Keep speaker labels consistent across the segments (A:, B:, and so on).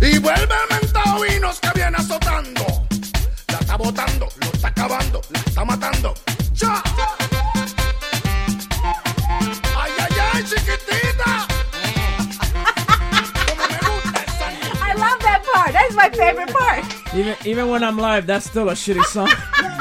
A: Y vuelve el mentado Vinos que viene azotando. La está botando, lo está acabando, la está matando. ¡Ya! ¡Ay, ay, ay, chiquitita! ¡Cómo me gusta esa niña!
B: I love that part. That's my favorite part.
C: Even even when I'm live, that's still a shitty song.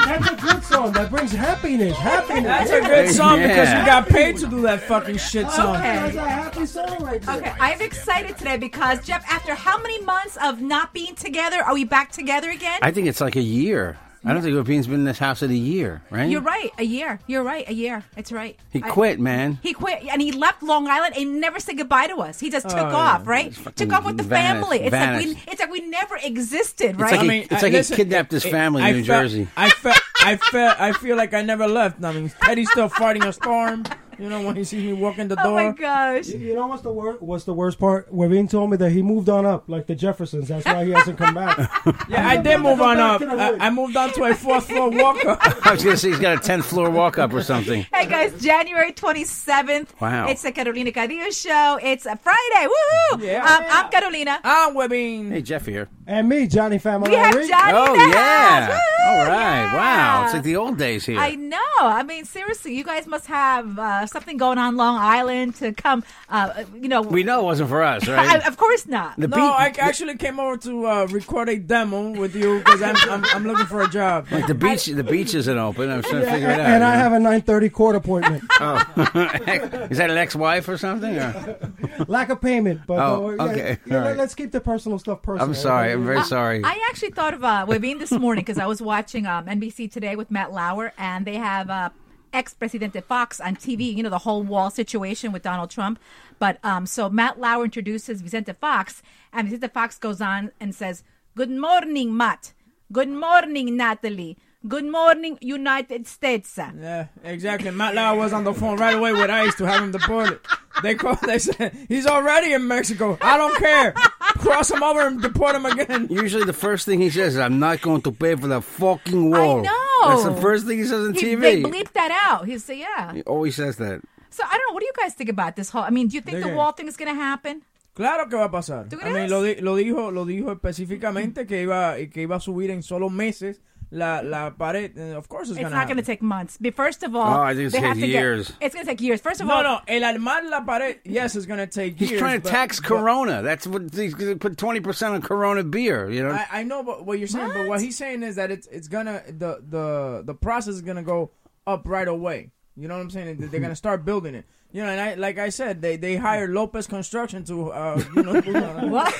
D: That's a good song. That brings happiness. Happiness.
C: That's a good song because you got paid to do that fucking shit song.
D: That's a happy song right there.
B: Okay, I'm excited today because Jeff, after how many months of not being together, are we back together again?
E: I think it's like a year. I don't think Ravine's been in this house in a year, right?
B: You're right. A year. You're right. A year. It's right.
E: He
B: I-
E: quit, man.
B: He quit and he left Long Island and never said goodbye to us. He just took
E: Oh,
B: off, right? Took off with the
E: vanished,
B: family. It's like
E: vanished.
B: we it's like we never existed, right?
E: like
C: I
E: he-
C: mean,
E: it's
C: I-
E: like he
C: listen,
E: kidnapped his
C: it-
E: family in
C: I
E: New
C: felt-
E: Jersey.
C: I felt, I felt, I feel like I never left. I mean, Teddy's still fighting a storm. You know, when he sees me walking the door.
B: oh my gosh.
D: You know what's the worst? What's the worst part? Waveen told me that he moved on up, like the Jeffersons. That's why he hasn't come back.
C: Yeah, I did
D: about to
C: move
D: go
C: on
D: back
C: up.
D: to the
C: I,
D: hood.
C: I moved on to a fourth floor walker.
E: I was going to say he's got a 10 floor walk up or something.
B: Hey guys, January 27th.
E: Wow.
B: It's the Carolina Cadillo show. It's a Friday. Woohoo!
C: Yeah.
B: Um, I'm Carolina.
C: I'm Ah, Webin.
E: Hey, Jeff here.
D: and me, Johnny
B: We have
D: Family.
B: Johnny
E: Oh,
B: in the
E: yeah.
B: house. Woohoo!
E: All right. Wow.
B: Yeah.
E: It's like the old days here.
B: I know. I mean, seriously, you guys must have uh, something going on Long Island to come. Uh, you know,
E: we know it wasn't for us,
B: I,
E: right?
B: of course not.
E: The
C: No,
E: beat-
C: I actually came over to uh, record a demo with you because I'm, I'm I'm looking for a job.
E: like the beach, the beach isn't open. I'm trying to figure it out.
D: And I have a 9:30 court appointment.
E: have. Is that an ex-wife or something? or-
D: Lack of payment, but
E: Oh,
D: uh, yeah,
E: okay.
D: yeah,
E: All right.
D: Let's keep the personal stuff personal.
E: I'm sorry. I'm very sorry.
B: Uh, I actually thought of uh, Webin this morning because I was watching um, NBC Today with Matt Lauer, and they have uh, ex Presidente Fox on TV, you know, the whole wall situation with Donald Trump. But um, so Matt Lauer introduces Vicente Fox, and Vicente Fox goes on and says, Good morning, Matt. Good morning, Natalie. Good morning, United States.
C: Yeah, exactly. Matt Lauer was on the phone right away with ICE to have him deported. They called. They said he's already in Mexico. I don't care. Cross him over and deport him again.
E: Usually, the first thing he says is, "I'm not going to pay for the fucking wall."
B: know.
E: That's the first thing he says on
B: He,
E: TV.
B: they bleeped that out. He said, "Yeah."
E: he always says that.
B: So I don't know. What do you guys think about this whole? I mean, do you think the
C: Okay.
B: wall thing is going to happen?
C: Claro que va a pasar.
B: ¿Tú
C: I mean,
B: crees?
C: lo, di- lo dijo, lo dijo específicamente que iba que iba a subir en solo meses la, la pared. And of course, it's,
B: It's
C: gonna
B: not going to
C: happen.
B: take months. But first of all,
E: Oh, I think it's
B: they
E: gonna
B: have
E: take
B: to get-
E: years.
B: it's going to take years. First of
C: No,
B: all,
C: no. El armar la pared. Yes, it's gonna take
E: He's
C: years.
E: trying to
C: but-
E: tax
C: but-
E: Corona. That's what he's going to put twenty percent on Corona beer. You know,
C: I, I know but what you're saying, but
B: What?
C: what he's saying is that it's it's gonna the the the process is gonna go up right away. You know what I'm saying? And They're gonna start building it. You know, and I like I said, they they hired Lopez Construction to uh, you know.
B: what?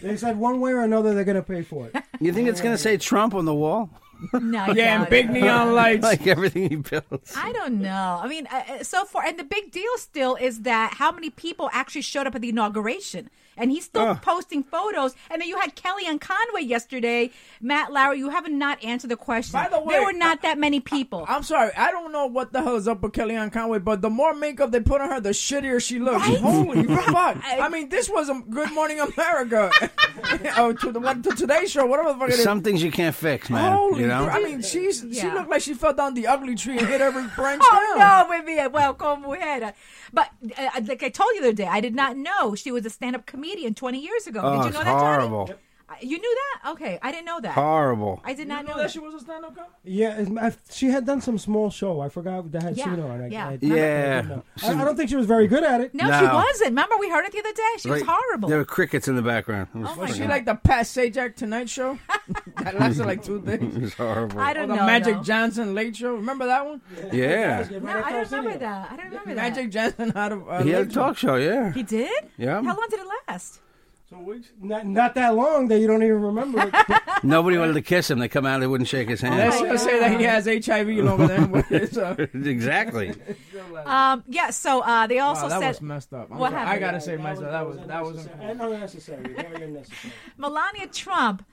D: They said one way or another they're gonna pay for it.
E: you think it's going to say Trump on the wall,
B: No,
C: yeah,
B: no,
C: and big
B: no.
C: neon lights.
E: like everything he builds?
B: I don't know. I mean, uh, uh, so far, and the big deal still is that how many people actually showed up at the inauguration, and he's still posting photos. And then you had Kelly and Conway yesterday. Matt Lauer, you haven't not answered the question.
C: By the way,
B: there were not that many people.
C: I'm sorry, I don't know what the hell is up with Kellyanne Conway, but the more makeup they put on her, the shittier she looks.
B: Right?
C: Holy fuck! I mean, this was a Good Morning America, oh, to the what, to Today Show, whatever the fuck it is.
E: Some things you can't fix, man.
C: Holy,
E: you know,
C: crap. I mean, she's she
B: Yeah.
C: looked like she fell down the ugly tree and hit every branch
B: Oh no,
C: down.
B: muy bien. Well, como mujer. But uh, like I told you the other day, I did not know she was a stand-up comedian 20 years ago.
E: Oh,
B: did you
E: it's
B: know that, Johnny?
E: horrible.
B: I- You knew that? Okay, I didn't know that.
E: Horrible.
B: I did not
C: You know
B: know
C: that
B: that.
C: she was a stand-up comic?
D: Yeah, it's- I, she had done some small show. I forgot that had
B: Yeah,
D: Chino on. I,
B: yeah.
D: I- I,
E: Yeah.
D: I, I don't think she was very good at it.
B: No, she
E: No.
B: wasn't. Remember, we heard it the other day. She was
E: Like,
B: horrible.
E: There were crickets in the background. It was,
B: Oh my
E: fucking-
C: She like the Pat Sajak Tonight Show? that lasted like two
E: it
C: days.
E: was horrible.
B: I
C: Or
B: don't
C: the
B: know.
C: Magic
B: though.
C: Johnson Late Show. Remember that one?
E: yeah.
B: No, I don't remember that. I don't remember that.
C: Magic Johnson had a, uh,
E: He had a
C: late
E: talk show, yeah.
B: He did?
E: Yeah.
B: How long did it last?
D: Not, not that long that you don't even remember. it.
E: Nobody wanted to kiss him. They come out, they wouldn't shake his hand.
B: Oh
C: Let's just say that he has HIV longer than what it is. uh,
E: exactly.
B: Um, yeah, so uh, they also
C: wow, that
B: said
C: was messed up. I'm
B: What
C: sorry. I
B: happened?
C: gotta say myself, that was that was.
D: And unnecessary. Very unnecessary.
B: Melania Trump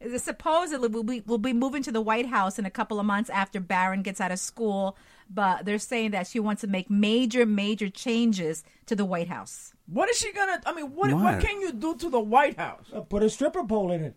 B: is supposedly will be, will be moving to the White House in a couple of months after Barron gets out of school, but they're saying that she wants to make major, major changes to the White House.
C: What is she gonna? I mean, what, what
E: Why?
C: can you do to the White House?
D: Uh, put a stripper pole in it.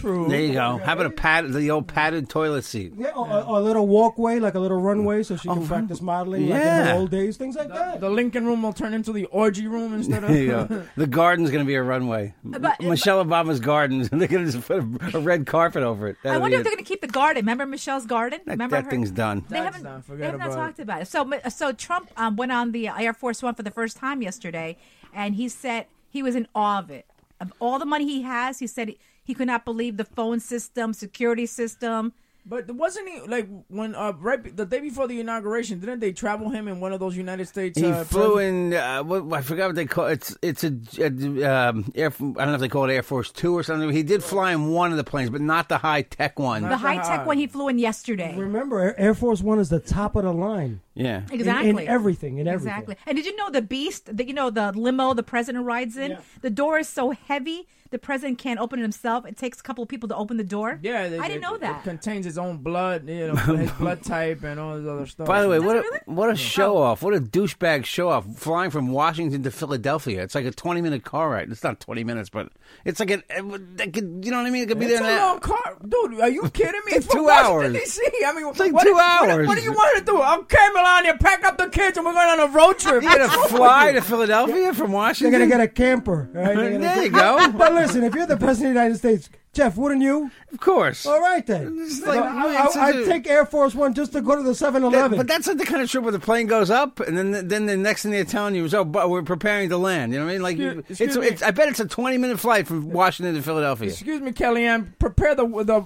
C: True.
E: There you go. How about a pad, the old padded toilet seat?
D: Yeah, or, or a little walkway, like a little runway, so she can practice modeling like in
E: Yeah.
D: her old days, things like that.
C: The Lincoln Room will turn into the orgy room instead of.
E: There you go. The garden's going to be a runway. M-
B: Uh, But-
E: Michelle Obama's garden. They're going to just put a, a red carpet over it.
B: I
E: That'll
B: wonder
E: be
B: if they're
E: it.
B: going to keep the garden. Remember Michelle's garden?
E: that,
B: Remember
E: that
B: her?
E: thing's done.
B: They haven't,
C: done.
B: they
C: Forget
B: have not
C: about
B: talked about it. So, so Trump um, went on the Air Force One for the first time yesterday, and he said he was in awe of it. Of all the money he has, he said he, he could not believe the phone system, security system.
C: But wasn't he like when uh right be- the day before the inauguration? Didn't they travel him in one of those United States?
E: He
C: uh,
E: flew
C: pres-
E: in. Uh, what, I forgot what they call it's. It's a, a, um, Air. I don't know if they call it Air Force Two or something. He did fly in one of the planes, but not the high tech one.
B: The high tech one he flew in yesterday.
D: Remember, Air- Air Force One is the top of the line.
E: yeah,
D: in-
B: Exactly.
D: In, everything, in everything.
B: Exactly. And did you know the beast, the, you know, the limo the president rides in?
D: Yeah.
B: The door is so heavy, the president can't open it himself. It takes a couple of people to open the door.
C: Yeah, they-
B: I didn't
C: they-
B: know that.
C: It contains his own blood, you know, his blood type and all this other stuff.
E: By the way, what
B: really? Oh.
E: a, what a show off! What a douchebag show off! Flying from Washington to Philadelphia, it's like a twenty minute car ride. It's not twenty minutes, but it's like an. It could, you know what I mean? It could be
C: It's
E: there.
C: a
E: in a-
C: long car, dude. Are you kidding me?
E: It's
C: From
E: two
C: Washington,
E: hours.
C: D.C. I mean,
E: It's like
C: what-
E: two
C: what- What,
E: hours.
C: do you want to do? Okay, Melania, pack up the kids and we're going on a road trip.
E: You gonna fly to Philadelphia from
D: They're
E: Washington?
D: going to get a camper. all right? They're gonna
E: there you
D: get-
E: go.
D: But listen, if you're the president of the United States, Jeff, wouldn't you?
E: Of course.
D: All right then.
E: It's
D: So
E: like-
D: I,
E: it's
D: I,
E: a-
D: I'd take Air Force One just to go to the 7-Eleven.
E: But that's not the kind of trip where the plane goes up and then then the next thing they're telling you is oh but we're preparing to land. You know what I mean? Like you,
C: Excuse-
E: it's,
C: excuse
E: it's I bet it's a twenty minute flight from Washington to Philadelphia.
C: Excuse me, Kellyanne. Prepare the the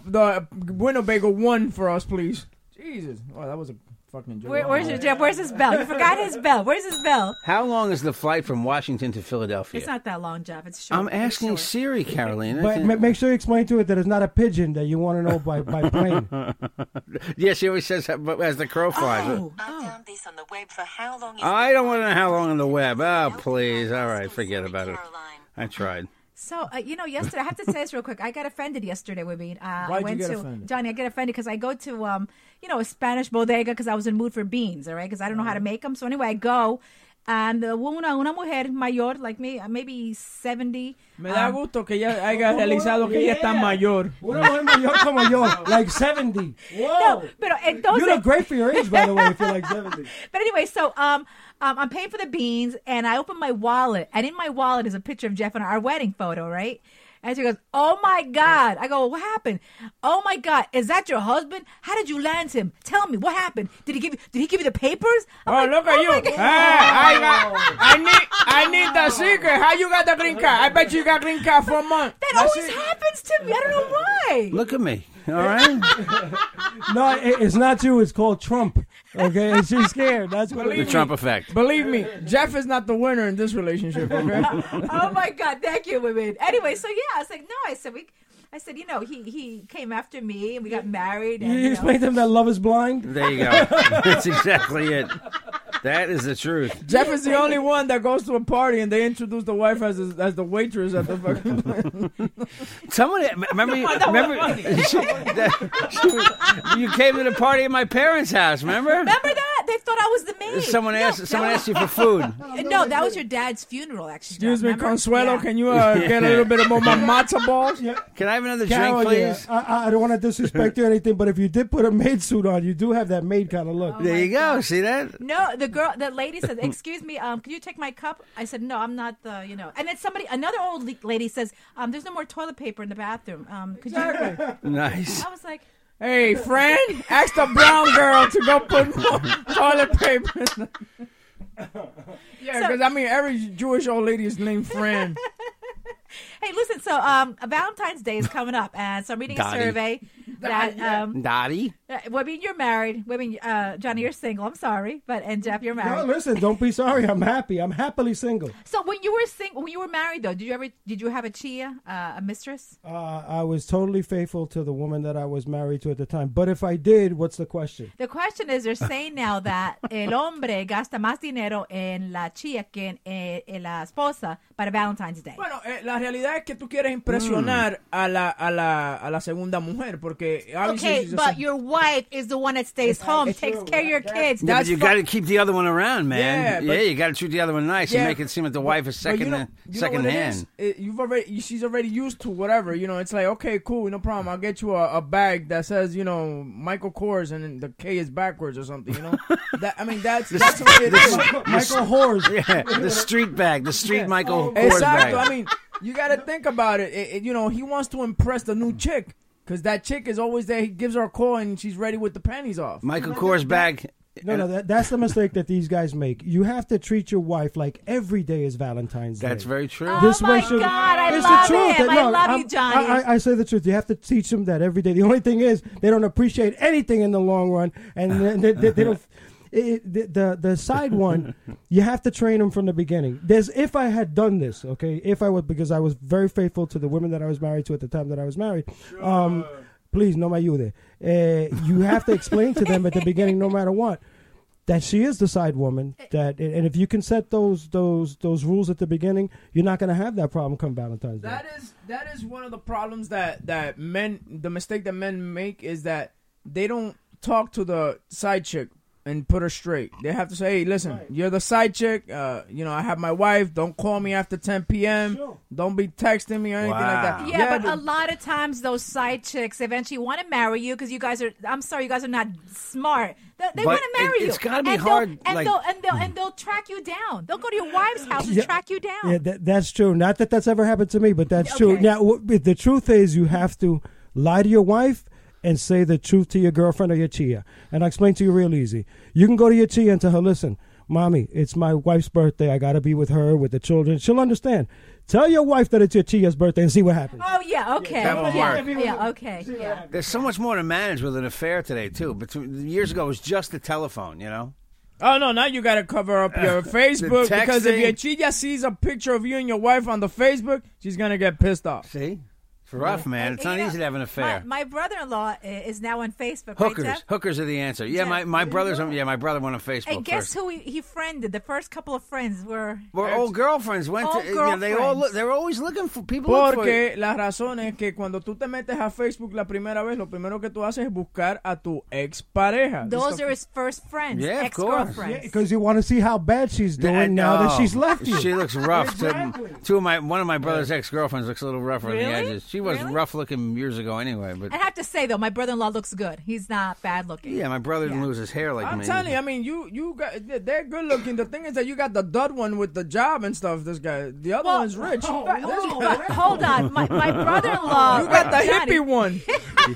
C: the Winnebago one for us, please. Jesus, oh, that was a fucking joke.
B: Where, where's your Jeff? Where's his bell? You forgot his bell. Where's his bell?
E: How long is the flight from Washington to Philadelphia?
B: It's not that long, Jeff. It's short.
E: I'm
B: It's
E: asking
B: short.
E: Siri, Carolina.
D: But ma- make sure you explain to it that it's not a pigeon that you want to know by, by plane.
E: yeah, she always says that, but as the crow flies.
B: Oh,
F: I found this on the web for how long is
E: I don't want to know how long on the web. Oh, please. All right, forget about it. I tried.
B: so uh, you know, yesterday I have to say this real quick. I got offended yesterday, Wibby. Uh, I
C: Why'd you
B: went
C: get
B: to
C: offended?
B: Johnny. I get offended because I go to um, you know, a Spanish bodega because I was in mood for beans. All right, because I don't know how to make them. So anyway, I go, and the una una mujer mayor like me, uh, maybe seventy.
C: Me
B: Um,
C: da gusto que ya haya realizado que ella está
D: Yeah.
C: mayor.
D: Una mujer mayor como yo, like 70. Whoa.
B: No, pero eh, entonces
D: You look great for your age, by the way, if you're like 70.
B: But anyway, so um, um, I'm paying for the beans, and I open my wallet, and in my wallet is a picture of Jeff and our wedding photo, right? And she goes, "Oh my God!" I go, "What happened? Oh my God, is that your husband? How did you land him? Tell me what happened. Did he give you? Did he give you the papers? I'm
C: Oh,
B: like,
C: look at
B: my
C: you! Hey,
B: God."
C: I got, I need, I need the secret. How you got the green card? I bet you got green card for a month.
B: That
C: That's
B: always
C: it.
B: happens to me. I don't know why.
E: Look at me. All right?
D: No, it, it's not you. It's called Trump. Okay? And she's scared. That's what it
E: the
D: is.
E: Trump effect.
C: Believe me, Jeff is not the winner in this relationship. Okay.
B: oh my god thank you women anyway so yeah i was like no i said we i said you know he he came after me and we got married and,
D: You
B: you know,
D: explain to them that love is blind?
E: There you go. That's exactly it. That is the truth.
C: Jeff is the only one that goes to a party and they introduce the wife as as the waitress at the fucking.
E: Someone remember you, remember you came to the party at my parents' house. Remember?
B: remember that they thought I was the maid.
E: Someone
B: No,
E: asked
B: that
E: someone
B: was-
E: asked you for food.
B: No, that was your dad's funeral. Actually,
C: Excuse me,
B: remember?
C: Consuelo.
B: Yeah.
C: Can you uh, get a little bit of more ma- matzo balls?
D: Yeah.
E: Can I have another
D: Carol,
E: drink,
D: yeah, Oh,
E: please?
D: I- I, I don't want to disrespect you or anything, but if you did put a maid suit on, you do have that maid kind of look.
E: there you go. See that?
B: No, the girl, the lady says, "Excuse me, um, can you take my cup?" I said, "No, I'm not the, you know." And then somebody, another old le- lady says, "Um, there's no more toilet paper in the bathroom. Um, could you?" I
E: Nice.
B: was like,
C: Hey, friend, ask the brown girl to go put more toilet paper. in the- yeah, because I mean, every Jewish old lady is named Fran.
B: "Hey, listen, so um, Valentine's Day is coming up, and so I'm reading
E: Dottie.
B: a survey that um,
E: Dottie.
B: uh, women you're married, women, uh, Johnny, you're single. I'm sorry, but and Jeff, you're
D: No,
B: married.
D: listen, don't be sorry. I'm happy. I'm happily single.
B: so when you were single, when you were married, though, did you ever, did you have a chia, uh, a mistress?
D: Uh, I was totally faithful to the woman that I was married to at the time. But if I did, what's the question?
B: The question is, they're saying now that el hombre gasta más dinero en la chía que en, eh, en la esposa para Valentine's Day.
C: Bueno, eh, la realidad es que tú quieres
E: Mm.
C: impresionar a, la, a, la, a la segunda mujer, porque obviously
B: okay,
C: she's a
B: but
C: se-
B: your wife is the one that stays home, takes care of your kids.
E: Yeah, but
C: That's
E: you
C: fu-
E: got to keep the other one around, man.
C: Yeah,
E: Yeah,
C: but-
E: you got to treat the other one nice
C: Yeah,
E: and make it seem like the
C: but-
E: wife is
C: but you
E: second
C: know- you know
E: second
C: what it
E: hand.
C: is? It- you've already you- she's already used to whatever. You know, it's like okay, cool, no problem. I'll get you a, a bag that says you know Michael Kors and then the K is backwards or something. You know, that I mean that's that's what it is.
D: Michael Hors.
E: Yeah, the street bag, the street Michael Kors bag.
C: Exacto. I mean, you got to think about it. It- it- You know, he wants to impress the new chick because that chick is always there. He gives her a call and she's ready with the panties off.
E: Michael Kors bag.
D: No, no, that, that's the mistake that these guys make. You have to treat your wife like every day is Valentine's Day.
E: That's very true.
D: This
B: Oh my
D: way should-
B: God, I
D: it's
B: love
D: the truth.
B: him.
D: that-
B: I
D: no,
B: love you,
D: I'm-
B: Johnny.
D: I, I, I say the truth. You have to teach them that every day. The only thing is they don't appreciate anything in the long run, and they- they, they, they don't. It, the, the the side one, you have to train them from the beginning. There's if I had done this, okay, if I was because I was very faithful to the women that I was married to at the time that I was married. Um, please, no me ayude. Uh, you have to explain to them at the beginning, no matter what that she is the side woman that and if you can set those those those rules at the beginning you're not going to have that problem come valentine's day
C: That is that is one of the problems that that men the mistake that men make is that they don't talk to the side chick and put her straight. They have to say, "Hey, listen, you're the side chick. Uh, you know, I have my wife. Don't call me after 10 p.m. Don't be texting me or anything like
E: Wow.
C: that."
B: yeah, but
C: dude.
B: a lot of times those side chicks eventually want to marry you because you guys are. I'm sorry, you guys are not smart. They,
E: But
B: want to marry
E: it-
B: you.
E: it's gotta be
B: And they'll-
E: hard,
B: And
E: like- mm.
B: they'll and they'll and they'll track you down. They'll go to your wife's house and
D: Yeah.
B: track you down.
D: yeah that, that's true not that that's ever happened to me but that's true
B: Okay.
D: now w- but the truth is you have to lie to your wife and say the truth to your girlfriend or your chia and i'll explain to you real easy you can go to your chia and tell her listen mommy it's my wife's birthday i gotta be with her with the children she'll understand tell your wife that it's your chia's birthday and see what happens
B: Oh yeah, okay,
E: that won't
B: yeah,
E: work.
B: yeah, okay, yeah.
E: There's so much more to manage with an affair today too. Between years ago, it was just the telephone. You know,
C: Oh no! Now you gotta cover up your Facebook because if
E: texting.
C: your chica sees a picture of you and your wife on the Facebook, she's gonna get pissed off.
E: see, it's rough, man. It's
B: And,
E: not
B: you know,
E: easy to have an affair.
B: My, my brother-in-law i- is now on Facebook. right,
E: hookers,
B: Jeff?
E: hookers are the answer. Yeah,
B: Yeah.
E: my my brother's on. Yeah, my brother went on Facebook.
B: And guess
E: first.
B: who he, he friended? The first couple of friends were.
E: Well, old girlfriends went
B: Old
E: to. you know, they all
B: girlfriends.
E: look, they're always looking for people. look for you.
C: Porque la razón es que cuando tú te metes a Facebook la primera vez, lo primero que tú haces es buscar a tu ex pareja.
B: Those are his first friends,
E: Yeah, of course.
B: ex-girlfriends.
D: because you want to see how bad she's doing
E: I
D: now that
E: know.
D: she's left you
E: She looks rough. Two- Two of my one of my brother's ex girlfriends looks a little rough on the
B: Really?
E: edges. She was
B: Really?
E: rough looking years ago anyway, but
B: I have to say though, my brother-in-law looks good. He's not bad looking.
E: yeah, my brother didn't lose his hair like
C: I'm
E: me.
C: telling you, I mean, you you got they're good looking. The thing is that you got the dud one with the job and stuff. This guy, the other
B: Well- oh,
C: one's rich.
B: But,
C: This guy-
B: but hold on, my, my brother-in-law.
C: you got the
B: Johnny,
C: hippie one.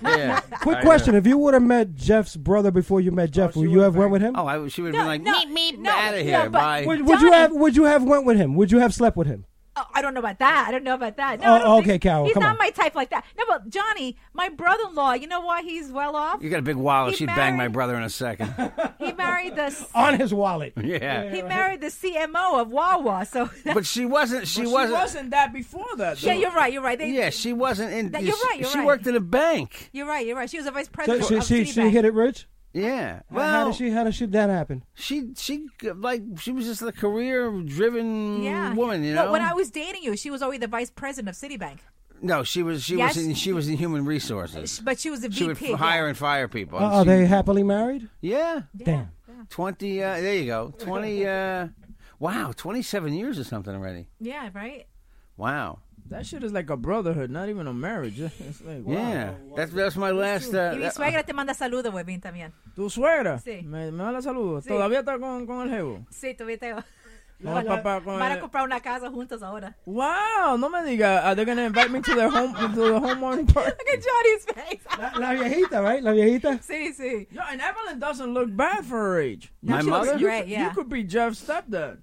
E: yeah.
D: Quick question: If you would have met Jeff's brother before you met Jeff, would you have went with him?
E: Oh, I, she would have
B: No,
E: been like,
B: no,
E: meet me
B: no,
E: out of
B: no,
E: here.
B: but-
E: Bye.
D: Would, would you
B: Donnie.
D: have? Would you have went with him? Would you have slept with him?
B: Oh, I don't know about that. I don't know about that. No,
D: Oh,
B: I don't
D: okay,
B: think-
D: Carol,
B: He's
D: come
B: not
D: on.
B: my type like that. No, but Johnny, my brother-in-law. You know why he's well off?
E: you got a big wallet.
B: He
E: She'd bang my
B: married-
E: brother in a second.
B: He married the
D: On his wallet.
E: yeah.
B: he married the CMO of Wawa. So
E: But she wasn't. She
C: She
E: wasn't.
C: wasn't, that before that. Though.
B: yeah, you're right. You're right. They,
E: Yeah, she wasn't in.
B: That- you're
E: she-
B: right, you're
E: she
B: right.
E: worked in a bank.
B: You're right. You're right. She was a vice
D: So
B: president.
D: she
B: of
D: she, she
B: Citibank.
D: hit it rich.
E: Yeah. Well,
D: how did she? How did she that happen?
E: she she like she was just a career driven
B: Yeah.
E: woman. You
B: Well,
E: know.
B: when I was dating you, she was already the vice president of Citibank.
E: No, she was she
B: Yes.
E: was in she was in human resources.
B: But she was a
E: She would
B: VP.
E: hire and fire people.
D: Uh, are
E: She-
D: they happily married?
E: Yeah.
D: Damn.
E: Twenty. Uh, there you go. Twenty. Uh, wow. Twenty-seven years or something already.
B: yeah, right.
E: Wow.
C: That shit is like a brotherhood, not even a marriage. It's like, wow.
E: Yeah. That's that's my last. Uh,
B: y mi
E: that-
B: suegra te manda saludos, Webin, también.
C: Tu suegra.
B: Sí.
C: Me, me manda saludos.
B: Sí.
C: Todavía está con, con el jevo.
B: Sí, tuviste.
E: Oh,
C: Con el papá, con
B: Van a
C: el-
B: comprar una casa juntos ahora.
C: Wow, no me diga. Are they gonna invite me to their home to the homeowning party?
B: Look at Johnny's face.
D: La, la viejita, right? La viejita.
B: sí, sí.
C: Yo, and Evelyn doesn't look bad for her age. You
E: My
C: could-
E: mother?
C: you,
B: Right,
C: could-
B: yeah.
C: you could be Jeff's stepdad.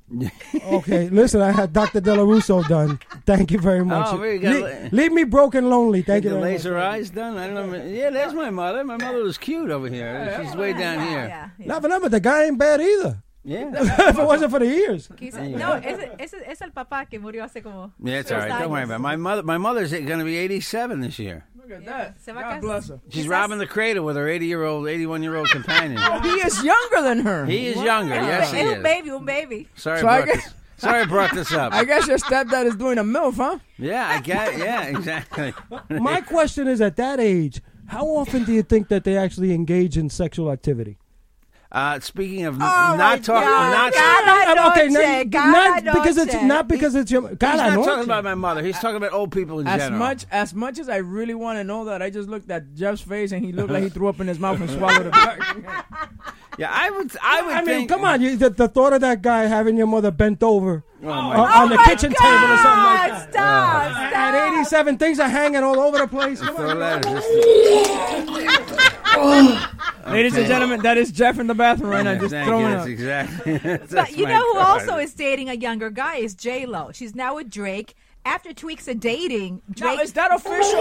D: Okay, listen, I had Dr. De La Russo done. Thank you very much.
E: Oh, we got-
D: leave, leave me broke and lonely. Thank you
E: the
D: very much.
E: laser eyes done. I don't know. Yeah, there's my mother. My mother was cute over here. She's way down here.
B: Yeah, yeah.
D: Not for them, but the guy ain't bad either.
E: Yeah.
D: if it wasn't for the ears.
B: Quizá- No, ese, ese es el papá que murió hace como.
E: Yeah, it's all right.
B: tres
E: Don't worry
B: años.
E: about it. My mother. My mother's going to be 87 this year.
C: Look at that.
B: Se va a
C: God
B: casar.
C: bless her.
E: She's robbing the cradle with her 80 year old, 81 year old companion.
C: He is younger than her.
E: He is younger. Yes, he
B: Es un
E: is.
B: baby, un baby.
E: Sorry,
C: So I
E: I brought
C: guess-
E: this, sorry, I brought this up.
C: I guess your stepdad is doing a milf, huh?
E: Yeah, I get. Yeah, exactly.
D: My question is at that age, how often do you think that they actually engage in sexual activity?
E: Uh, speaking of n-
B: my
E: not talking,
B: God.
E: not.
B: God. Cada
D: okay, not-
B: noche, cada
D: not, because it's
B: noche.
D: not because it's your
E: He's
D: cada
E: not
D: noche.
E: talking about my mother. He's talking about old people in
C: As
E: general.
C: much as much as I really want to know that, I just looked at Jeff's face and he looked like he threw up in his mouth and swallowed it back.
E: Yeah, I would. I would.
D: I mean,
E: think-
D: come on! You, the, the thought of that guy having your mother bent over
E: my
D: uh, on the kitchen table or something
B: Oh,
D: like that.
B: God, Stop, stop.
D: At 87, things are hanging all over the place. Come
E: Throw
D: on.
E: that at this-
C: Ladies and gentlemen, that is Jeff in the bathroom right now,
E: Yeah,
C: just
E: thank
C: throwing
E: you.
C: up.
E: That's exactly.
B: But
E: that's
B: you
E: my
B: know who
E: God.
B: also is dating a younger guy is J Lo. She's now with Drake. After two weeks of dating, Drake.
C: Now, is that official?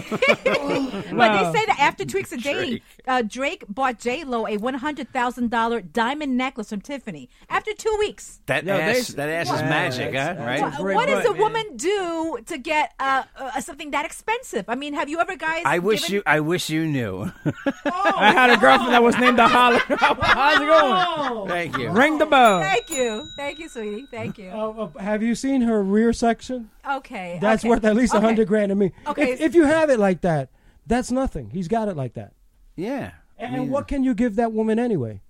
C: Are they-
B: But
C: Wow.
D: uh,
B: they say that after two weeks of dating,
E: Drake.
B: uh, Drake bought J Lo a one hundred thousand dollar diamond necklace from Tiffany. After two weeks,
E: That
C: Yo,
E: ass.
C: they-
E: That ass
C: Wow.
E: is magic, huh?
C: That's- that's
E: Right.
C: a great
B: what does
C: point,
B: a
C: man.
B: woman do to get uh, uh, something that expensive? I mean, have you ever guys?
E: I wish
B: given-
E: you. uh, I wish you knew.
C: I had a girlfriend that was named Ahali. How's it going?
E: Thank you.
C: Ring the bell.
B: Thank you, thank you, sweetie, thank you.
D: Uh, uh, have you seen her rear section?
B: Okay,
D: That's
B: okay.
D: worth at least a
B: Okay.
D: 100 grand to me.
B: Okay.
D: If, if you have it like that, that's nothing. He's got it like that.
E: Yeah.
D: And what can you give that woman anyway?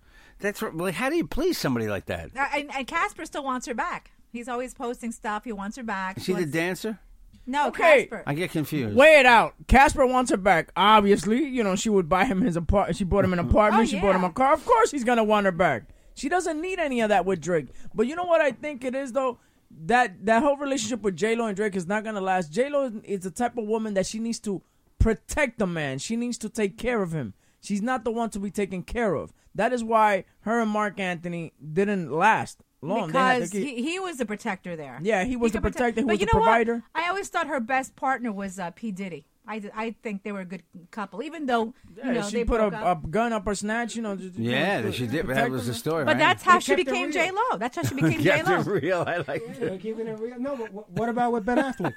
E: That's right. Well, how do you please somebody like that?
B: Uh, And, and Casper still wants her back. He's always posting stuff. He wants her back.
E: Is she
B: He
E: the
B: wants-
E: dancer?
B: no,
C: Okay.
B: Casper.
E: I get confused.
C: Weigh it out. Casper wants her back. Obviously, you know she would buy him his apartment. She bought him an apartment.
B: Oh,
C: she bought him
B: yeah.
C: a car. Of course, he's gonna want her back. She doesn't need any of that with Drake. But you know what I think it is though. That that whole relationship with J Lo and Drake is not gonna last. J Lo is the type of woman that she needs to protect the man. She needs to take care of him. She's not the one to be taken care of. That is why her and Mark Anthony didn't last long. They had to
B: because
C: keep-
B: he, he was the protector there.
C: Yeah, he was the
B: could protect-
C: protector, he
B: but
C: was
B: you
C: the
B: know
C: provider.
B: What? I always thought her best partner was uh, P Diddy. I, d- I think they were a good couple, even though you
C: Yeah,
B: know
C: she
B: they
C: put
B: broke
C: a, a
B: up.
C: gun up her snatch, you know. Just,
E: Yeah,
C: you know,
E: that she did. but That
C: protect
E: was the
C: her.
E: story.
B: but
E: right?
B: that's how
D: They
B: she
D: kept it
B: became
D: real.
B: J Lo. That's how she became J
E: Kept it
B: Lo.
E: real. I like that.
D: No, but what about with Ben Affleck?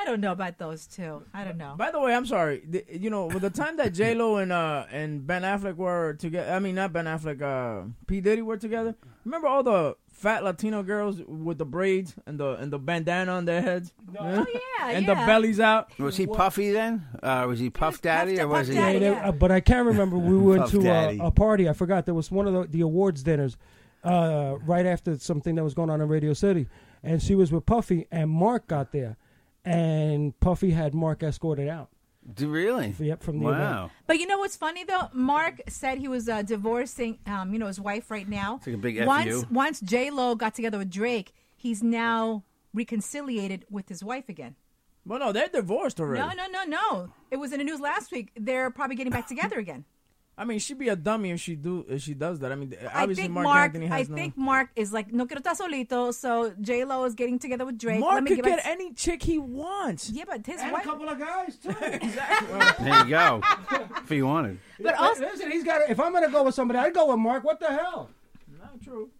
B: I don't know about those two. I don't know.
C: By the way, I'm sorry. The, you know, with the time that J Lo and uh and Ben Affleck were together, I mean not Ben Affleck, uh P Diddy were together. Remember all the fat Latino girls with the braids and the and the bandana on their heads,
B: Oh yeah,
C: and
B: yeah.
C: the bellies out.
E: Was he puffy then? Uh, was he Puff Daddy
B: Puff-
E: or was
B: Puff
E: he?
B: Daddy,
D: They-
B: yeah.
D: uh, but I can't remember. We went
E: Puff
D: to
E: Daddy.
D: a, a party. I forgot. There was one of the, the awards dinners uh, right after something that was going on in Radio City. And she was with Puffy, and Mark got there. And Puffy had Mark escorted out.
E: D- Really?
D: Yep, from the
E: Wow.
B: But you know what's funny though? Mark said he was uh, divorcing, um, you know, his wife right now.
E: like a big F
B: once
E: you.
B: once J Lo got together with Drake, he's now reconciliated with his wife again.
C: Well, no, they're divorced already.
B: No, no, no, no. It was in the news last week. They're probably getting back together again.
C: I mean, she'd be a dummy if she do if she does that. I mean,
B: I
C: obviously
B: think
C: Mark,
B: Mark.
C: Anthony has
B: I
C: no.
B: think Mark is like no quiero estar solito. So J Lo is getting together with Drake.
C: Mark
B: Let me
C: could
B: give
C: get
B: us-
C: any chick he wants.
B: Yeah, but his wife.
D: of guys, too.
E: There you go. if he wanted.
B: But also,
D: Listen, he's got. If I'm gonna go with somebody, I'd go with Mark. What the hell?
C: Not true.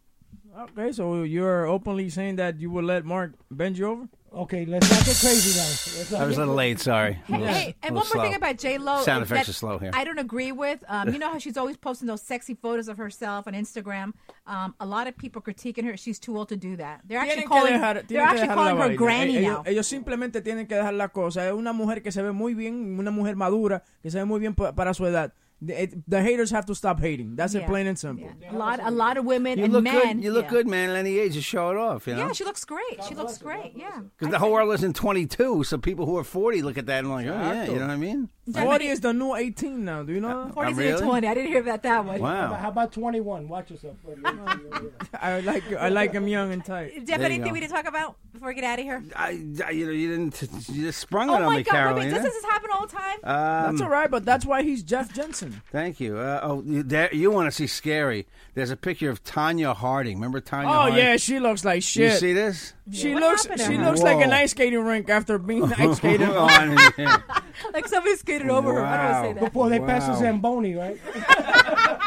C: Okay, so you're openly saying that you would let Mark bend you over?
D: Okay, let's not get crazy now. Let's not
E: I was a
D: get-
E: little late. Sorry. A little-
B: Hey, and
E: little
B: one more thing
E: slow.
B: about J Lo.
E: Sound effects are slow here.
B: I don't agree with. Um, you know how she's always posting those sexy photos of herself on Instagram. Um, a lot of people critiquing her. She's too old to do that. They're actually
C: Tienen
B: calling.
C: que dejar,
B: they're
C: tienen que
B: actually
C: dejar la
B: calling her
C: vaina.
B: granny
C: ellos,
B: now.
C: ellos simplemente tienen que dejar la cosa. Es una mujer que se ve muy bien, una mujer madura, que se ve muy bien pa- para su edad. The, it- the haters have to stop hating. That's it,
B: Yeah.
C: plain and simple.
B: Yeah. A lot, a lot of women
E: You
B: and
E: look
B: men.
E: good. You look
B: yeah.
E: good, man. At any age, you show it off. You know.
B: Yeah, she looks great. she looks great. Yeah.
E: Because the whole world isn't 22, so people who are 40 look at that and like, oh yeah, you know what I mean?
C: Forty is the new eighteen now. Do you know? that?
B: 40 to
E: really?
B: 20. I didn't hear about that one.
E: Wow.
D: How about 21? Watch yourself.
C: I like I like him young and tight.
B: Jeff,
E: you
B: anything
E: go.
B: we need to talk about before we get out of here?
E: I, I- you know, you didn't, you just sprung it
B: Oh
E: on
B: my
E: me,
B: God!
E: Carolina. Uh,
B: Wait, doesn't this happen all the time?
C: That's all right, but that's why he's Jeff Jensen.
E: Thank you. Uh, oh, you, there, you want to see scary? There's a picture of Tanya Harding. Remember Tanya?
C: Oh
E: Harding?
C: yeah, she looks like
E: You
C: shit.
E: see this?
C: She
B: What
C: looks
B: happened to
C: she
B: her?
C: looks like an
E: Whoa.
C: ice skating rink after being ice skated
E: Oh,
C: on.
E: I mean,
B: like somebody skated over her. I don't want to say
D: Before they pass the
E: Wow.
D: Zamboni, right?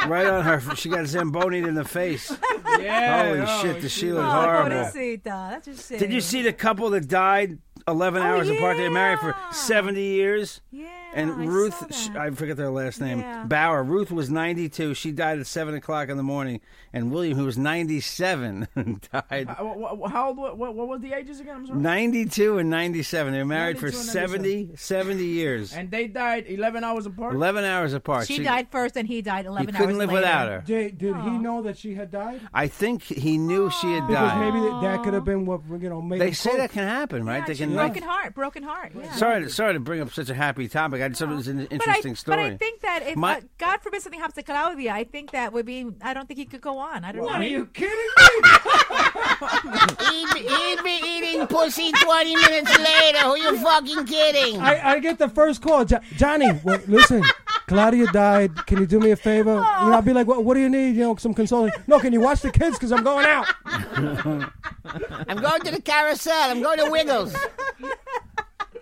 E: right on her. She got zamboni in the face.
C: Yeah.
E: Holy
C: oh,
E: shit, the she
B: that.
E: was
B: Oh,
E: horrible.
B: pobrecita. That's just
E: Did you see the couple that died 11 hours apart? They were married for
B: Oh, yeah.
E: 70 years.
B: Yeah, I
E: And Ruth,
B: saw
E: sh-
B: that.
E: I forget their last name,
B: Yeah.
E: Bauer. Ruth was 92. She died at 7 o'clock in the morning. And William, who was 97, died.
C: Uh, wha- wha- How old? What, what was the ages again? I'm sorry.
E: 92 and 97. They were married for
C: 92 and
E: 70, 70 years.
C: And they died 11 hours apart.
E: 11 hours apart.
B: She died first, and he died
E: He
B: eleven hours
E: couldn't live
B: later.
E: without her.
D: Jay, did he know that she had died?
E: I think he knew she had
D: Because
E: died.
D: maybe that, that could have been what you know. Made
E: they
D: him
E: say
D: cope.
E: that can happen, right?
B: Yeah,
E: they
B: she-
E: can.
B: broken heart, broken heart. Yeah.
E: Sorry, to, sorry to bring up such a happy topic. I just thought it was an
B: But I,
E: interesting
B: but
E: story.
B: I think that if
E: My-
B: uh, God forbid something happens to Claudia, I think that would be. I don't think he could go on. I don't know.
D: Are you kidding me?
G: eating pussy 20 minutes later. Who you fucking kidding?
D: I, I get the first call, jo- Johnny. Wait, listen, Claudia died. Can you do me a favor? You know, I'll be like, what, what do you need? You know, some consoling. No, can you watch the kids? Because I'm going out.
G: I'm going to the carousel. I'm going to Wiggles.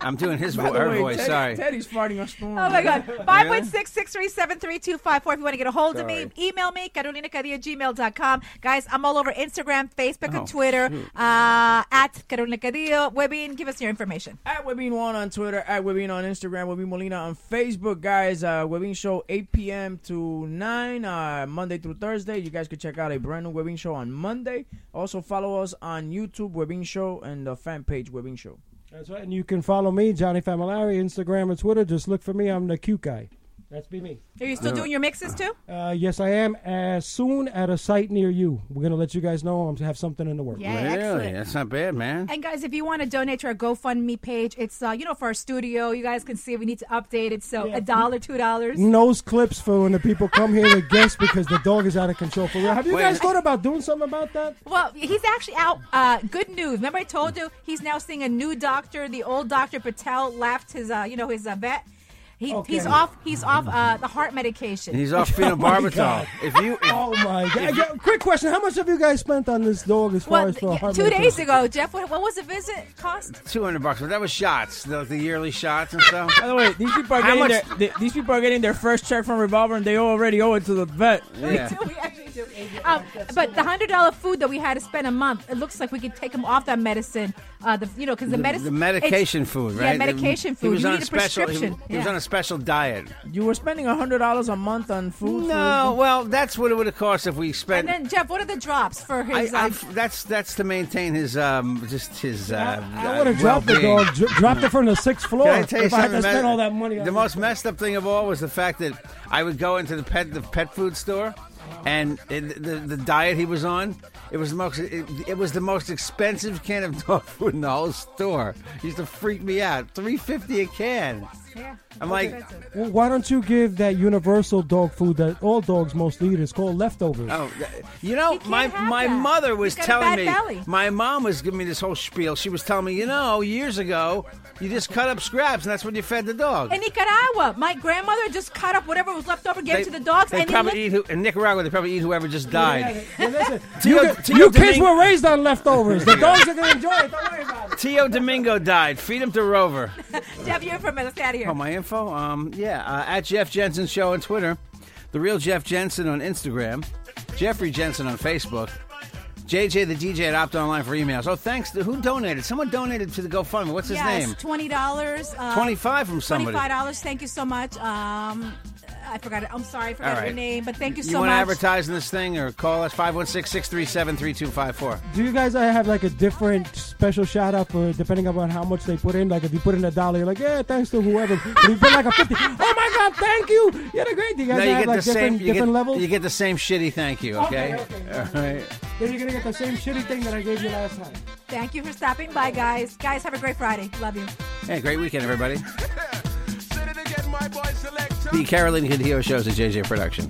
E: I'm doing his
C: By
E: voice.
C: the
E: Her
C: way,
E: voice.
C: Teddy-
E: sorry.
C: Teddy's farting a storm.
B: Oh my God. 516 637 3254. If you want to get a hold of me, email me, carolinacadillo at com. Guys, I'm all over Instagram, Facebook, and Twitter uh, at Carolina Cadillo. Webin, give us your information.
C: At Webin One on Twitter, at Webin on Instagram, Webin Molina on Facebook, guys. Uh, Webin Show 8 p.m. to 9 uh, Monday through Thursday. You guys could check out a brand new Webin Show on Monday. Also follow us on YouTube, Webin Show, and the fan page Webin Show.
D: That's right. And you can follow me, Johnny Familari, Instagram and Twitter. Just look for me. I'm the cute guy. That's be me.
B: Are you still doing your mixes too?
D: Uh, yes, I am. As soon at a site near you, we're gonna let you guys know. I'm have something in the works.
B: Yeah,
E: Really?
B: excellent.
E: That's not bad, man.
B: And guys, if you want to donate to our GoFundMe page, it's uh, you know for our studio. You guys can see we need to update it. So a dollar, two dollars.
D: Nose clips for when the people come here to guess because the dog is out of control. For real, have you
E: Wait.
D: guys thought about doing something about that?
B: Well, he's actually out. Uh, good news. Remember, I told you he's now seeing a new doctor. The old doctor Patel left his, uh, you know, his uh, vet. He,
D: Okay.
B: He's off. He's off uh, the heart medication.
E: And he's off phenobarbital.
D: God.
E: if you, if,
D: Oh my god! Yeah, quick question: How much have you guys spent on this dog as far
B: well,
D: as for
B: yeah,
D: heart
B: two
D: medication?
B: days ago, Jeff. What, what was the visit cost?
E: two hundred bucks, but that was shots, the, the yearly shots and stuff.
C: By the way, these people are
E: How
C: getting
E: much-
C: their, th- these people are getting their first check from Revolver, and they already owe it to the vet.
E: yeah.
B: We actually do. Um, but the hundred dollar food that we had to spend a month, it looks like we could take him off that medicine. Uh, the you know because the, medicine,
E: The medication
B: it's-
E: food,
B: Yeah,
E: right? The-
B: medication food.
E: He was
B: you
E: on
B: need a
E: special. He,
B: prescription.
E: he was
B: Yeah.
E: on a special diet.
C: You were spending hundred dollars a month on food.
E: No,
C: food.
E: well, that's what it would have cost if we
B: and
E: spent.
B: then Jeff, what are the drops for
E: I,
B: his?
E: I,
B: um,
E: that's that's to maintain his um just his. Uh,
D: I
E: uh,
D: would have dropped the
E: well-being.
D: dog, dr- dropped it from the sixth floor.
E: Can I tell you
D: if I had
E: something
D: to
E: about-
D: spend all that money, on
E: The
D: it.
E: most messed up thing of all was the fact that I would go into the pet the pet food store, and it, the the diet he was on, it was the most it, it was the most expensive can of dog food in the whole store. He used to freak me out. Three fifty a can.
B: yeah.
E: I'm like,
D: Well, why don't you give that universal dog food that all dogs most eat? It's called leftovers.
E: oh, you know,
B: can't
E: my
B: have
E: my
B: that.
E: mother was
B: He's got a bad
E: telling me.
B: belly.
E: My mom was giving me this whole spiel. She was telling me, you know, years ago, you just cut up scraps, and that's what you fed the dog.
B: In Nicaragua, my grandmother just cut up whatever was left over, gave it to the dogs,
E: They
B: and
E: probably
B: then
E: eat who, in Nicaragua. They probably eat whoever just died.
D: Well, listen,
E: Tio-
D: you
E: Tio
D: you kids
E: Domingo-
D: were raised on leftovers. The dogs are gonna enjoy it. Don't worry about it.
E: Tio Domingo died. Feed him to Rover.
B: Jeff, you're from let's get out of here.
E: Oh, my info? Um, yeah, uh, at Jeff Jensen Show on Twitter, The Real Jeff Jensen on Instagram, Jeffrey Jensen on Facebook, JJ the DJ at Opt Online for emails. Oh, thanks. To, who donated? Someone donated to the GoFundMe. What's his
B: yes,
E: name?
B: twenty dollars. Uh,
E: 25 from somebody.
B: Twenty-five dollars. Thank you so much. Um, I forgot it. I'm sorry, I
E: All
B: forgot
E: right.
B: your name, but thank you so
E: You want
B: much.
E: to advertise in this thing or call us 516 637 3254.
D: Do you guys uh, have like a different special shout out for depending upon how much they put in? Like if you put in a dollar, you're like, yeah, thanks to whoever. But if you put like a fifty, oh my god, thank you, you're the great. Do you guys
E: No, you
D: have
E: get
D: like
E: the
D: different
E: same. You
D: different
E: get,
D: levels?
E: you get the same shitty thank you. Okay.
D: Okay, okay.
E: All right.
D: then you're gonna get the same shitty thing that I gave you last time.
B: Thank you for stopping by, guys. Guys, have a great Friday. Love you.
E: Hey, great weekend, everybody.
A: Say it again, my boy selector.
E: The Carolina Cadillo shows at JJ Production.